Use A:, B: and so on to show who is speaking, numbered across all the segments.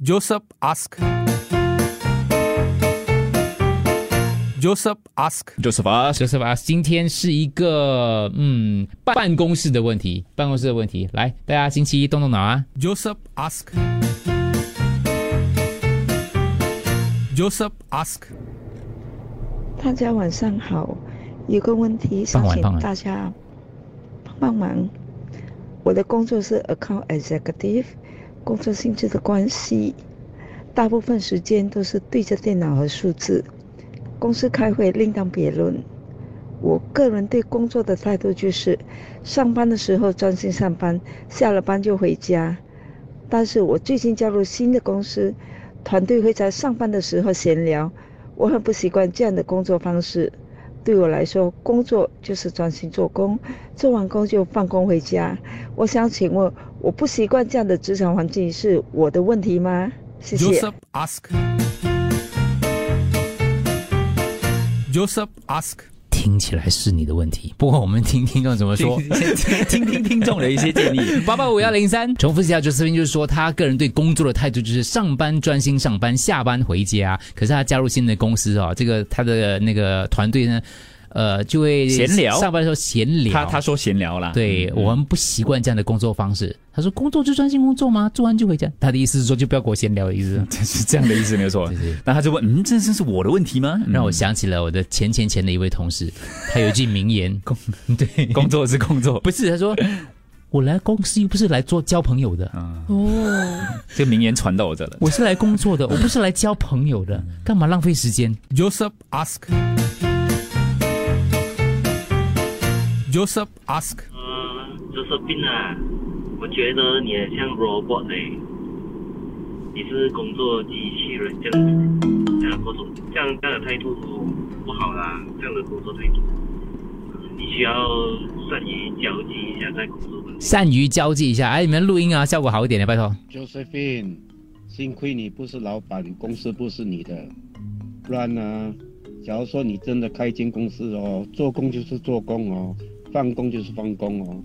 A: Joseph ask. Joseph ask.
B: Joseph 啊，
C: 就是吧，今天是一个嗯办办公室的问题，办公室的问题。来，大家星期一动动脑啊。
A: Joseph ask. Joseph ask.
D: 大家晚上好，有个问题想请
C: 傍晚
D: 大家帮帮忙。我的工作是 account executive，工作性质的关系，大部分时间都是对着电脑和数字。公司开会另当别论。我个人对工作的态度就是，上班的时候专心上班，下了班就回家。但是我最近加入新的公司，团队会在上班的时候闲聊，我很不习惯这样的工作方式。对我来说，工作就是专心做工，做完工就放工回家。我想请问，我不习惯这样的职场环境是我的问题吗？谢谢。
A: Joseph ask. Joseph ask.
C: 听起来是你的问题，不过我们听听众怎么说。
B: 听听听众的一些建议。
C: 八八五幺零三，重复一下 Josephine 就是说，他个人对工作的态度就是上班专心上班，下班回家。可是他加入新的公司哦，这个他的那个团队呢，呃，就会
B: 闲聊
C: 上班的时候闲聊。
B: 他他说闲聊啦，
C: 对我们不习惯这样的工作方式。他说工作就专心工作吗？做完就回家。他的意思是说，就不要跟我闲聊的意思。
B: 是这样的意思没有 错。那他就问，嗯，这这是我的问题吗？
C: 让
B: 我
C: 我想起了我的前前前的一位同事，他有一句名言，对，
E: 嗯
B: 工作是工作，
C: 不是他说，我来公司又不是来做交朋友的，
B: 这名言传到我这了。
C: 我是来工作的，我不是来交朋友的，干嘛浪费时间？
A: Joseph ask. Joseph ask.
F: 呃，就是病啊，我觉得你很像 robot 哎、你是工作机器人这样子，这样各种这样这样的态度不好啦，这样的工作态度，呃你需要善于交际一下在工作中。
C: 善于交际一下，哎，你们录音啊，效果好一点的，拜托。
G: Josephine，幸亏你不是老板，公司不是你的，不然呢、假如说你真的开一间公司哦，做工就是做工哦，放工就是放工哦，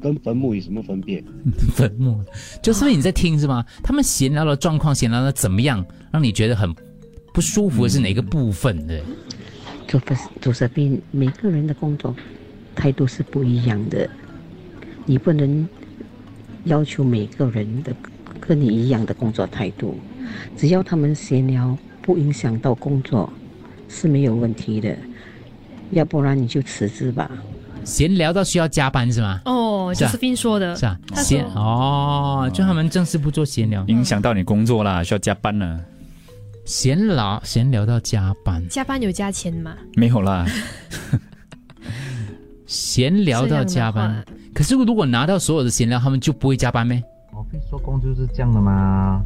G: 跟坟墓有什么分别？
C: 粉末，就是你在听是吗？他们闲聊的状况，闲聊的怎么样，让你觉得很不舒服的是哪个部分的？
H: 做法做设备，每个人的工作态度是不一样的，你不能要求每个人的跟你一样的工作态度，只要他们闲聊不影响到工作是没有问题的，要不然你就辞职吧。
C: 闲聊到需要加班是吗？
I: 哦，
C: 是
I: 就
C: 啊
I: 是斌说的，
C: 是啊，
I: 他
C: 闲
I: 说
C: 哦，就他们正式不做闲聊，
B: 影响到你工作啦，需要加班啦，
C: 闲聊闲聊到加班，
I: 加班有加钱嘛，
B: 没有啦，
C: 闲聊到加
I: 这
C: 班
I: 样。的话
C: 可是如果拿到所有的闲聊，他们就不会加班咩？
E: 我可以做工就是这样的嘛。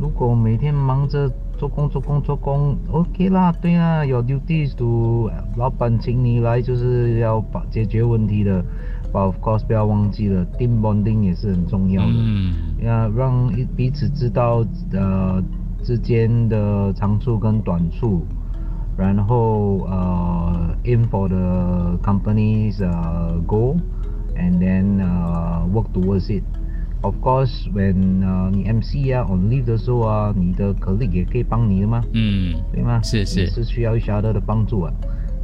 E: 如果每天忙着做工、做工、做工，OK 啦，对啦，有 duties to 老板请你来就是要把解决问题的。But of course，不要忘记了，team bonding 也是很重要的。
C: 嗯，
E: 要让一彼此知道呃之间的长处跟短处，然后呃 aim for the company's uh, goal and then uh, work towards it. Of course, when 呃你 MC 啊 on leave 的时候啊，你的 colleague 也可以帮你的吗？
C: 嗯，
E: 对吗？
C: 是是
E: 也是需要 each other 的帮助啊，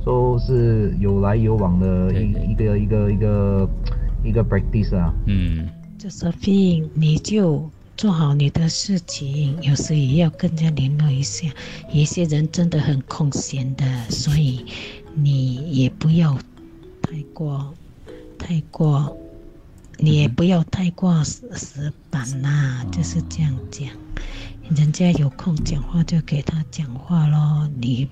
E: 都、是有来有往的一
C: 对对
E: 一个一个一个一个 practice 啊。
C: 嗯，
J: 这生病你就做好你的事情，有时也要跟人家联络一下。有一些人真的很空闲的，所以你也不要太过，太过，你也不要太过死死板啦、就是这样讲。人家有空讲话就给他讲话咯，你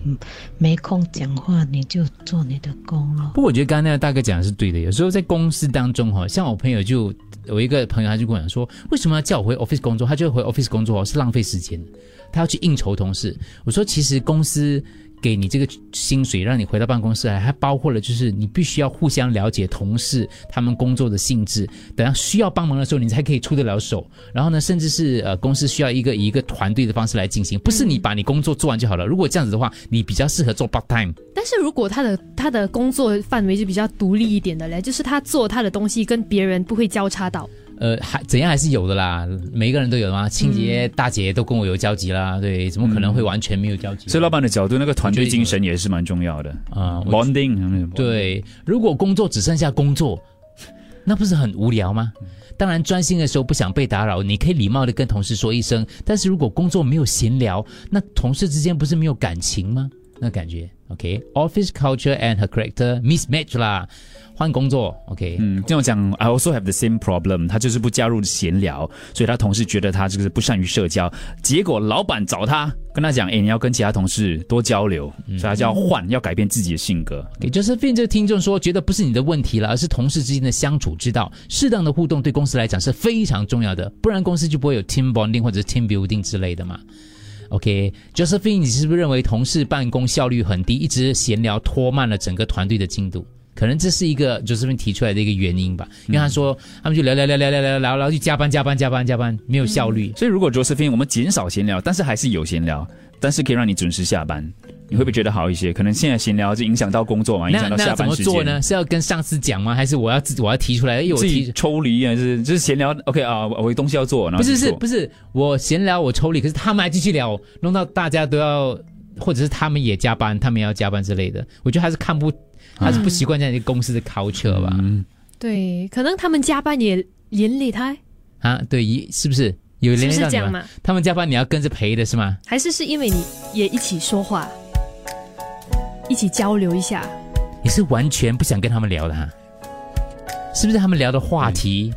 J: 没空讲话你就做你的工咯。
C: 不过我觉得刚刚那个大哥讲的是对的，有时候在公司当中哈，像我朋友就有一个朋友，他就跟我讲说，为什么要叫我回 office 工作？他就回 office 工作是浪费时间的，他要去应酬同事。我说其实公司。给你这个薪水，让你回到办公室来，还包括了就是你必须要互相了解同事他们工作的性质，等到需要帮忙的时候，你才可以出得了手。然后呢，甚至是呃，公司需要一个以一个团队的方式来进行，不是你把你工作做完就好了。如果这样子的话，你比较适合做 part time。
I: 但是如果他的他的工作范围就比较独立一点的嘞，就是他做他的东西跟别人不会交叉到，
C: 呃，还怎样还是有的啦，每一个人都有的嘛。清洁、大姐都跟我有交集啦，对，怎么可能会完全没有交集？
B: 所以老板的角度，那个团队精神也是蛮重要的
C: 啊我
B: bonding 嗯
C: 对，如果工作只剩下工作，那不是很无聊吗？当然，专心的时候不想被打扰，你可以礼貌的跟同事说一声。但是如果工作没有闲聊，那同事之间不是没有感情吗？那感觉 OK，office、culture and her character mismatch 啦，换工作 OK，
B: 嗯，这样讲，I also have the same problem。他就是不加入闲聊，所以他同事觉得他就是不善于社交。结果老板找他，跟他讲，哎，你要跟其他同事多交流，
C: 嗯
B: 所以他就要换，要改变自己的性格。
C: 给 Josephine 这个听众说，觉得不是你的问题了，而是同事之间的相处之道。适当的互动对公司来讲是非常重要的，不然公司就不会有 team bonding 或者是 team building 之类的嘛。OK，Josephine，、你是不是认为同事办公效率很低，一直闲聊拖慢了整个团队的进度？可能这是一个 Josephine 提出来的一个原因吧，
B: 嗯
C: 因为他说、他们就聊聊聊聊聊聊聊，然后就加班加班加班加班，没有效率。
B: 所以如果 Josephine，我们减少闲聊，但是还是有闲聊，但是可以让你准时下班，你会不会觉得好一些？可能现在闲聊就影响到工作嘛，影
C: 那
B: 响到
C: 那
B: 下
C: 怎
B: 班
C: 么
B: 时
C: 做
B: 间。
C: 呢？是要跟上司讲吗？还是我要自我要提出来？因哎为我
B: 自
C: 提
B: 己抽离还是就是闲聊？OK 啊，我我有东西要做，然后
C: 不是
B: 去
C: 是
B: 做
C: 不是我闲聊我抽离，可是他们还继续聊，弄到大家都要，或者是他们也加班，他们也要加班之类的。我觉得还是看不，还是不习惯这样一个公司的 culture 吧。
B: 嗯，
I: 对，可能他们加班也连累他，
C: 啊，对，一是不是有
I: 是
C: 连累
I: 不是
C: 到
I: 这
C: 你
I: 样
C: 吗？
I: 嘛？
C: 他们加班你要跟着陪的是吗？
I: 还是是因为你也一起说话，一起交流一下？
C: 你是完全不想跟他们聊的哈？是不是他们聊的话题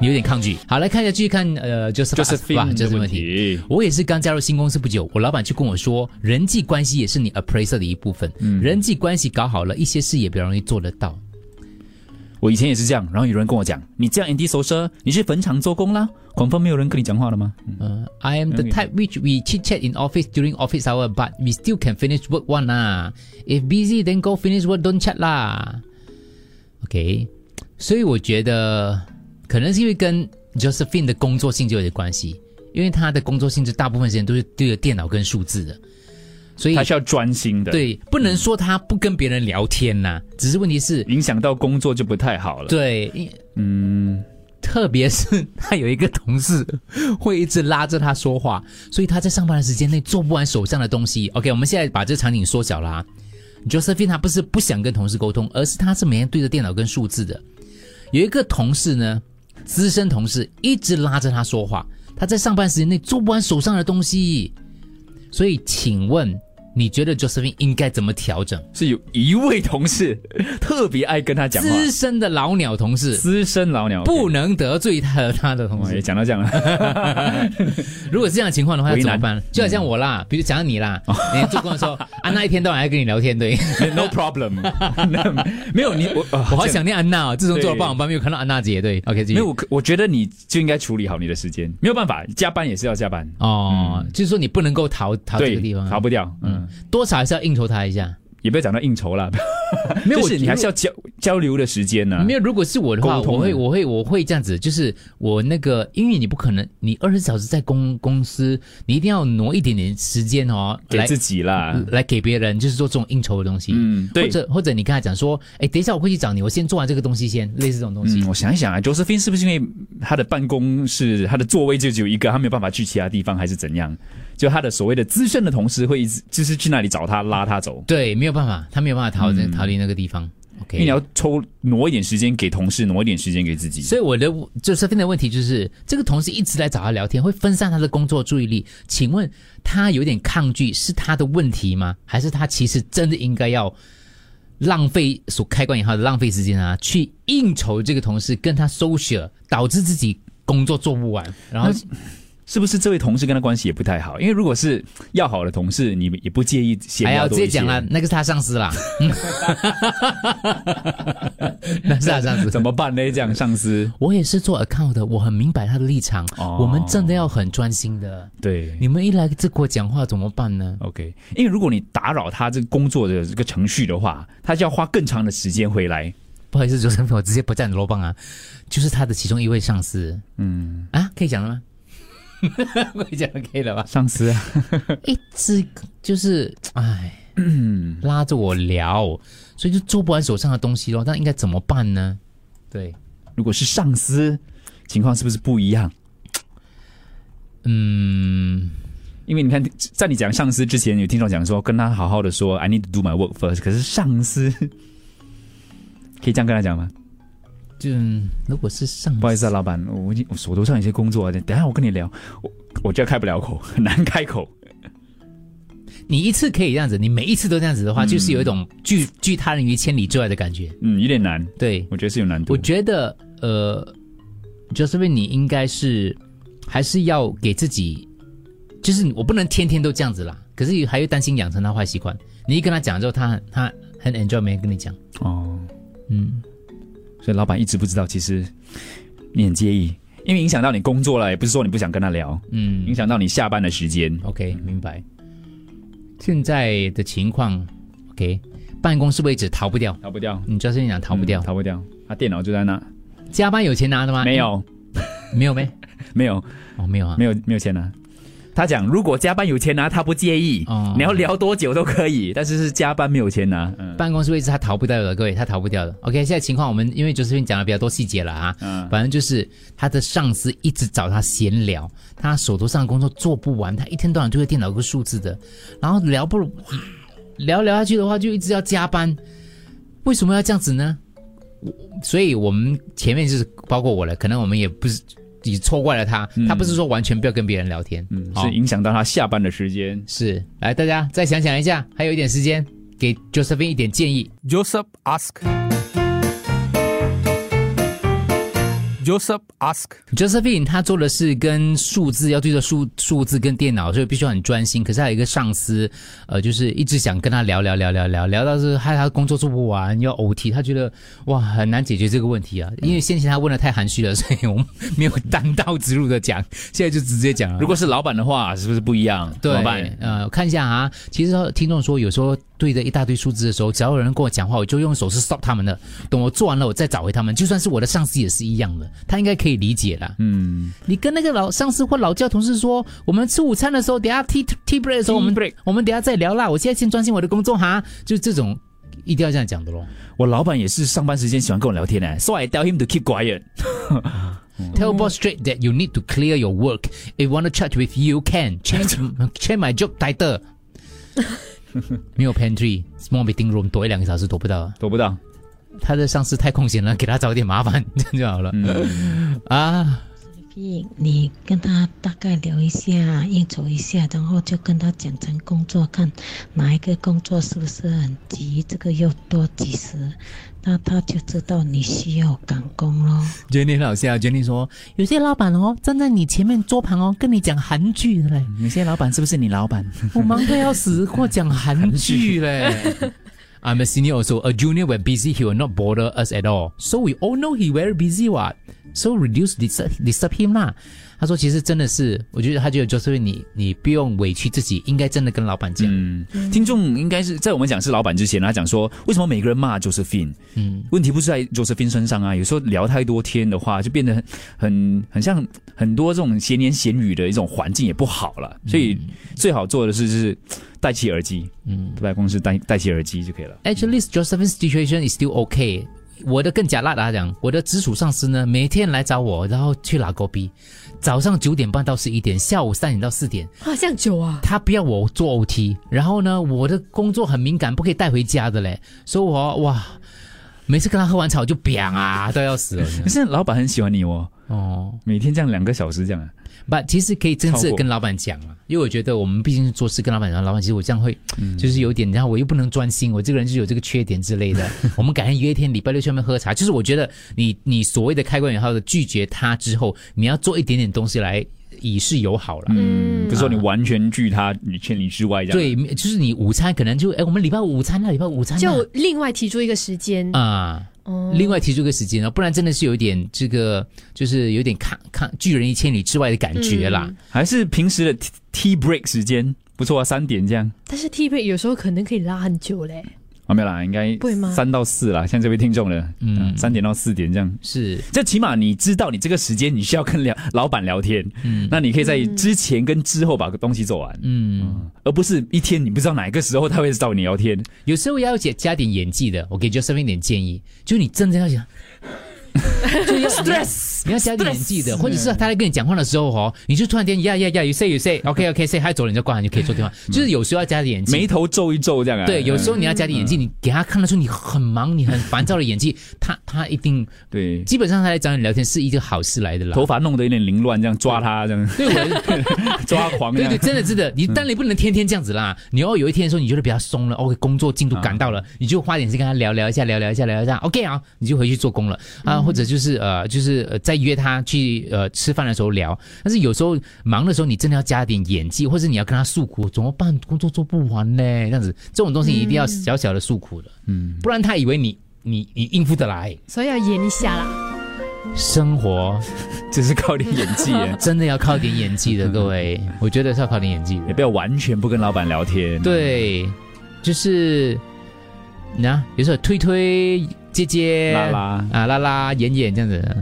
C: 你有点抗拒？好，来看一下，继续看呃，就是
B: Josephine
C: 这是
B: 的问
C: 问题。
B: 题。
C: 我也是刚加入新公司不久，我老板就跟我说，人际关系也是你 appraiser 的一部分。人际关系搞好了，一些事也比较容易做得到。
B: 我以前也是这样，然后有人跟我讲，你这样 anti social，你去坟场做工啦，广泛没有人跟你讲话了吗？
C: 呃 I am the
B: Okay.
C: type which we chit chat in office during office hour, but we still can finish work one 啦。If busy, then go finish work, don't chat 啦。OK，所以我觉得可能是因为跟 Josephine 的工作性质有点关系，因为她的工作性质大部分时间都是对着电脑跟数字的，所以
B: 他是要专心的，，
C: 对，不能说他不跟别人聊天呐、只是问题
A: 嗯
C: 是，
B: 影响到工作就不太好了。，
C: 对，因
B: 嗯，
C: 特别是他有一个同事会一直拉着他说话，所以他在上班的时间内做不完手上的东西。OK，我们现在把这个场景缩小啦、Josephine 她不是不想跟同事沟通，而是她是每天对着电脑跟数字的。有一个同事呢，资深同事一直拉着她说话，她在上班时间内做不完手上的东西。所以，请问你觉得 Josephine 应该怎么调整？
B: 是有一位同事 特别爱跟他讲话，
C: 资深的老鸟同事
B: 资深老鸟
C: 不。能得罪他的他的同
B: 哦，也
C: 事。
B: 讲到这 样了，
C: 如果是这样的情况的话，要
B: 为
C: 怎么
B: 难嗯哦
C: 办？就好像我啦，比如讲到你啦，你做工 的时候安娜一天到晚在跟你聊天，对
B: No problem，没有你我
C: 我
B: 我
C: 好想念安娜哦。自从做了
B: 对
C: 霸王班，没有看到安娜姐，对，OK，继续
B: 没有，我我觉得你就应该处理好你的时间，没有办法，加班也是要加班，
C: 哦，就是说你不能够逃逃这
B: 嗯对
C: 个地方，，啊
B: 逃不掉，嗯，
C: 多少还是要应酬他一下。
B: 也不要讲到应酬 了，
C: 没有，
B: 就
C: 我
B: 是你还是要交交流的时间啊呢，
C: 没有，如果是我的话，
B: 沟通啊
C: 我会我会我会这样子，就是我那个，因为你不可能，你二十小时在公公司，你一定要挪一点点时间哦，
B: 给
C: 来
B: 自己啦，
C: 来给别人，就是做这种应酬的东西。
B: 嗯对
C: 或者或者你跟他讲说，哎，等一下我会去找你，我先做完这个东西先，类似这种东西。
B: 嗯，我想一想啊，Josephine 是不是因为他的办公室他的座位就只有一个，他没有办法去其他地方，还是怎样？就他的所谓的资深的同事会一直就是去那里找他拉他走，
C: 对，没有办法，他没有办法逃、逃离那个地方。OK，
B: 嗯因为你要抽挪一点时间给同事，挪一点时间给自己。
C: 所以我的就是现在问题就是，这个同事一直来找他聊天，会分散他的工作注意力。请问他有点抗拒，是他的问题吗？还是他其实真的应该要浪费所开关以后的浪费时间啊，去应酬这个同事，跟他 social，导致自己工作做不完，然后
B: 是不是这位同事跟他关系也不太好？因为如果是要好的同事，你也不介意闲
C: 哎呀，
B: 聊
C: 我
B: 多
C: 直
B: 一些。
C: 接讲啦，那个是他上 司啦，那是他上司。
B: 怎么办呢？这样上 司
C: 我也是做 account 的，我很明白他的立场。
B: 哦
C: 我们真的要很专心的。
B: 对
C: 你们一来这给我讲话怎么办呢？
B: OK，因为如果你打扰他这个工作的这个程序的话，他就要花更长的时间回来。
C: 不好意思，主持人，我直接不站你罗棒啊，就是他的其中一位上司
B: 嗯，
C: 啊，可以讲了吗？ 我讲了可以了吧？
B: 上司啊，
C: 一直就是哎，拉着我聊，所以就做不完手上的东西咯。那应该怎么办呢？对，
B: 如果是上司，情况是不是不一样？
C: 嗯，
B: 因为你看，在你讲上司之前，有听众讲说跟他好好的说，I need to do my work first。可是上司 可以这样跟他讲吗？
C: 就嗯如果是上司，
B: 不好意思啊，老板，我已经我手头上有些工作，啊等一下我跟你聊。我我觉得开不了口， 很难开口。
C: 你一次可以这样子，你每一次都这样子的话，
B: 嗯
C: 就是有一种拒拒他人于千里之外的感觉。
B: 嗯，有点难，
C: 对，
B: 我觉得是有难度。
C: 我觉得呃，Josephine，你应该是还是要给自己，就是我不能天天都这样子啦。可是还又担心养成他坏习惯。你一跟他讲之后，他他很 enjoy 没人跟你讲，
B: 哦，
C: 嗯，
B: 所以老板一直不知道，其实你很介意，因为影响到你工作了，也不是说你不想跟他聊，
C: 嗯
B: 影响到你下班的时间。
C: ，OK，明白。现在的情况，OK，办公室位置逃不掉，
B: 逃不掉，
C: 你 Josephine 讲逃不掉
B: 嗯，逃不掉。他电脑就在那，
C: 加班有钱拿的吗？
B: 嗯没，有，
C: 没有呗，
B: 没有，
C: 哦，没有啊，
B: 没有，没有钱拿。他讲，如果加班有钱拿，他不介意，
C: 哦
B: 你要聊多久都可以，但是是加班没有钱拿。嗯，
C: 办公室位置他逃不掉的，各位，他逃不掉的。OK，现在情况我们因为 Josephine 讲的比较多细节了啊，
B: 嗯
C: 反正就是他的上司一直找他闲聊，他手头上的工作做不完，他一天到晚对着电脑有个数字的，然后聊不聊聊下去的话，就一直要加班，为什么要这样子呢？我所以我们前面就是包括我了，可能我们也不是也错怪了他，他不是说完全不要跟别人聊天，
B: 嗯，
C: 好
B: 是影响到他下班的时间。
C: 是来大家再想想一下，还有一点时间，给 Josephine 一点建议。
A: Joseph ask. Joseph ask.
C: Josephine 她做的是跟数字要对着数数字跟电脑，所以必须要很专心。可是还有一个上司，呃，就是一直想跟他聊聊聊聊聊聊到是害他工作做不完，要 OT，他觉得哇很难解决这个问题啊。因为先前他问的太含蓄了，所以我们没有单刀直入的讲，现在就直接讲了。
B: 如果是老板的话，是不是不一样？
C: 对
B: 老板，，
C: 呃，看一下啊。其实听众说，有时候对着一大堆数字的时候，只要有人跟我讲话，我就用手是 stop 他们的。等我做完了，我再找回他们。就算是我的上司也是一样的，他应该可以理解啦。
B: 嗯，
C: 你跟那个老上司或老教同事说，我们吃午餐的时候，等一下 tea tea break 的时候，我们 break，我们等一下再聊啦。我现在先专心我的工作哈，就这种一定要这样讲的咯。
B: 我老板也是上班时间喜欢跟我聊天呢，so I tell him to keep quiet。
C: Tell boss straight that you need to clear your work. If want to chat with you, can change change my job title. 没有 pantry small meeting room 躲一两个小时躲不到啊，
B: 躲不到，
C: 他的上司太空闲了，给他找点麻烦 这样就好了、啊。
J: 你你跟他大概聊一下，应酬一下，然后就跟他讲成工作，看哪一个工作是不是很急，这个又多几十，那他就知道你需要赶工咯。
C: Jenny 很好笑，Jenny 说有些老板哦站在你前面桌旁哦跟你讲韩剧 哦的嘞，
B: 你现在老板是不是你老板？
C: 我忙得要死，跟我讲韩剧嘞。I'm a senior also. A junior when busy, he will not bother us at all. So we all know he very busy what. So reduce disturb disturb him 啦。他说其实真的是，我觉得他觉得 Josephine 你你不用委屈自己，应该真的跟老板讲。
B: 嗯，听众应该是在我们讲是老板之前，他讲说为什么每个人骂 Josephine？
C: 嗯
B: 问题不是在 Josephine 身上啊，有时候聊太多天的话，就变得很很很像很多这种闲言闲语的一种环境也不好了，所以最好做的是就是戴起耳机，
C: 嗯
B: 在公司戴戴起耳机就可以了。
C: Actually, Josephine's situation is still okay. 我的更假辣的，他讲，我的直属上司呢，每天来找我，然后去拉狗逼，早上九点半到十一点，下午三点到四点，
I: 哇，这样久啊！
C: 他不要我做 OT，然后呢，我的工作很敏感，不可以带回家的嘞，所以我哇，每次跟他喝完茶我就扁啊，都要死了。
B: 可是老板很喜欢你哦，
C: 哦，
B: 每天这样两个小时这样啊，
C: 不，其实可以真
B: 超
C: 正
B: 过
C: 跟老板讲啊，因为我觉得我们毕竟是做事跟老板讲，老板其实我这样会，
B: 嗯
C: 就是有点，然后我又不能专心，我这个人就是有这个缺点之类 的。我们改天约一天礼拜六去外面喝茶，就是我觉得你你所谓的开关引号的拒绝他之后，你要做一点点东西来以示友好啦。
B: 嗯，不是说
C: 啊
B: 你完全拒他，你千里之外这样。
C: 对，就是你午餐可能就哎，我们礼拜五午餐那礼拜五午餐啊
I: 就嗯另外提出一个时间，
C: 啊。
I: 哦
C: 另外提出个时间啊，不然真的是有一点这个，就是有点抗抗拒人于千里之外的感觉啦。
I: 嗯
B: 还是平时的 tea tea break 时间不错啊，三点这样。
I: 但是 T 配有时候可能可以拉很久嘞。
B: 啊，没有啦，应该
I: 会吗
B: 三到四啦，像这位听众的，
C: 嗯
B: 嗯，三点到四点这样。
C: 是，
B: 这起码你知道你这个时间你需要跟聊老板聊天，
C: 嗯
B: 那你可以在之前跟之后把东西做完，
C: 嗯，
B: 而不是一天你不知道哪个时候他会找你聊天。
C: 有时候要加加点 演技的，我给 Josephine 一点建议，就是你真的要想，就要 stress，你要加点演技的，或者是他在跟你讲话的时候哦，你就突然间呀呀呀，you say you say，OK OK say，他走了你就挂了，你就可以做电话。就是有时候要加点演技，
B: 眉头皱一皱这样啊。
C: 对，有时
B: 候
C: 候你要加点演技，你给他看得出你很忙、你很烦躁的演技，他他一定
B: 对
C: 基本上他来找你聊天是一个好事来的啦。
B: 头发弄得有点凌乱，这样抓他这样
C: 对我，
B: 抓狂这
C: 对啊嗯对，。
B: 样
C: 真的真的，你当然不能天天这样子啦。你要有一天说你觉得比较松了，OK，工哦作进度赶到了，你就花点时间跟他聊聊一下，聊聊一下，聊一下，OK 啊，你就回去做工了啊，或者就是呃，就是呃，再约他去呃吃饭的时候聊。但是有时候忙的时候，你真的要加点演技，或者你要跟他诉苦，怎么办？工作做不完呢，这样子，这种东西你一定要小小的诉苦的，嗯，不然他以为你你你应付得来。
I: 所以要演一下啦。
C: 生活
B: 只是靠点演技 啊耶，
C: 真的要靠点演技 的，各位，我觉得是要靠点演技的
B: 也。不要完全不跟老板聊天。，
C: 对，就是那、有时候推推接接
B: 拉拉
C: 啊拉拉演演这样子，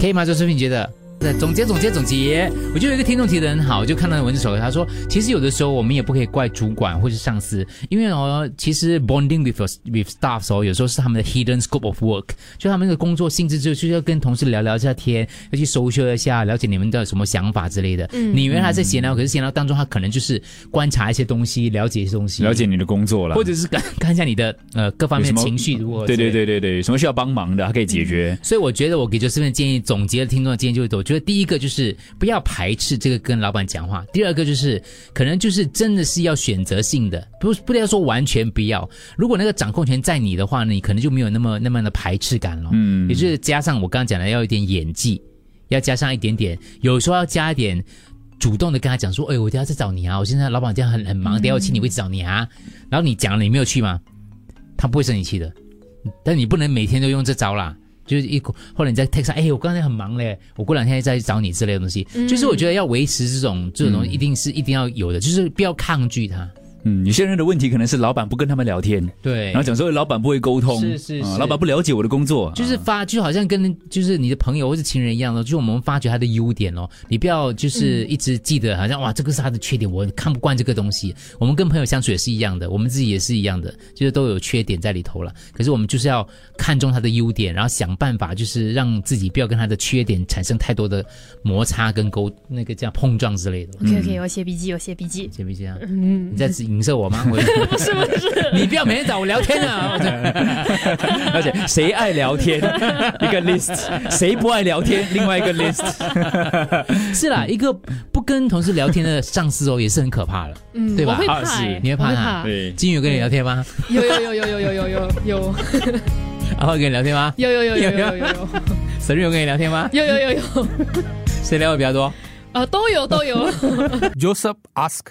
C: 可以吗？周视频你觉得？对总结总结总结，我就有一个听众提的很好，我就看到文字手稿，他说，其实有的时候我们也不可以怪主管或是上司，因为哦，其实 bonding with your- with staff 哦，有时候是他们的 hidden scope of work，就他们的工作性质就就是要跟同事聊聊一下天，要去搜修一下，了解你们的什么想法之类的。
I: 嗯
C: 你以为他在闲聊，可是闲聊当中他可能就是观察一些东西，了解一些东西，
B: 了解你的工作了，
C: 或者是看看一下你的呃各方
B: 有什
C: 面
B: 么
C: 情绪如何。
B: 对对。对对对，什么需要帮忙的，他可以解决。
C: 所以我觉得我给这 o 份建议，总结了听众的建议就是，我觉得第一个就是不要排斥这个跟老板讲话，第二个就是可能就是真的是要选择性的，不不要说完全不要。如果那个掌控权在你的话呢，你可能就没有那么那么的排斥感了。
B: 嗯
C: 也就是加上我刚刚讲的要有一点演技，要加上一点点，有时候要加一点。主动的跟他讲说，哎、我等一下再找你啊，我现在老板这样很很忙，等一下我请你会找你啊。然后你讲了你没有去吗？他不会生你气的，但你不能每天都用这招啦。就是一口，或者你在 text 上，哎、我刚才很忙嘞，我过两天再去找你之类的东西。就是我觉得要维持这种这种东西，一定是一定要有的，就是不要抗拒它。
B: 嗯，有些人的问题可能是老板不跟他们聊天，
C: 对
B: 然后讲说老板不会沟通，
C: 是是
B: 啊
C: 是
B: 老板不了解我的工作，
C: 就是发，就好像跟就是你的朋友或是情人一样咯，就是我们发掘他的优点哦，你不要就是一直记得好像哇，这个是他的缺点，我看不惯这个东西。我们跟朋友相处也是一样的，我们自己也是一样的，就是都有缺点在里头了。可是我们就是要看重他的优点，然后想办法就是让自己不要跟他的缺点产生太多的摩擦跟沟那个叫碰撞之类的。
I: OK OK，我写笔记，我写笔记。
C: 行不行啊？
I: 嗯，
C: 你在影射我吗？我不 是不是，你不要每天找我聊天 啊！我这
B: 而且谁爱 聊天一个 list，谁不爱聊天另外一个 list，
C: 是啦，一个不跟同事聊天的上司哦，也是很可怕的。
I: 嗯，
C: 对吧
I: 我会
B: 啊
I: 怕
B: 是
I: 欸，
C: 你会怕
I: 我
C: 他
B: 对
C: 金宇有跟你聊天 吗？
I: 有有有有有有有有有
C: 阿浩跟你聊天 吗？
I: 有有有有有有有
C: 沈瑞有跟你聊天 吗？
I: 有有有有，
C: 谁聊的比较多？
I: 啊，都有都有。
A: Joseph ask.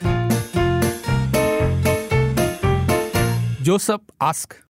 A: Joseph ask.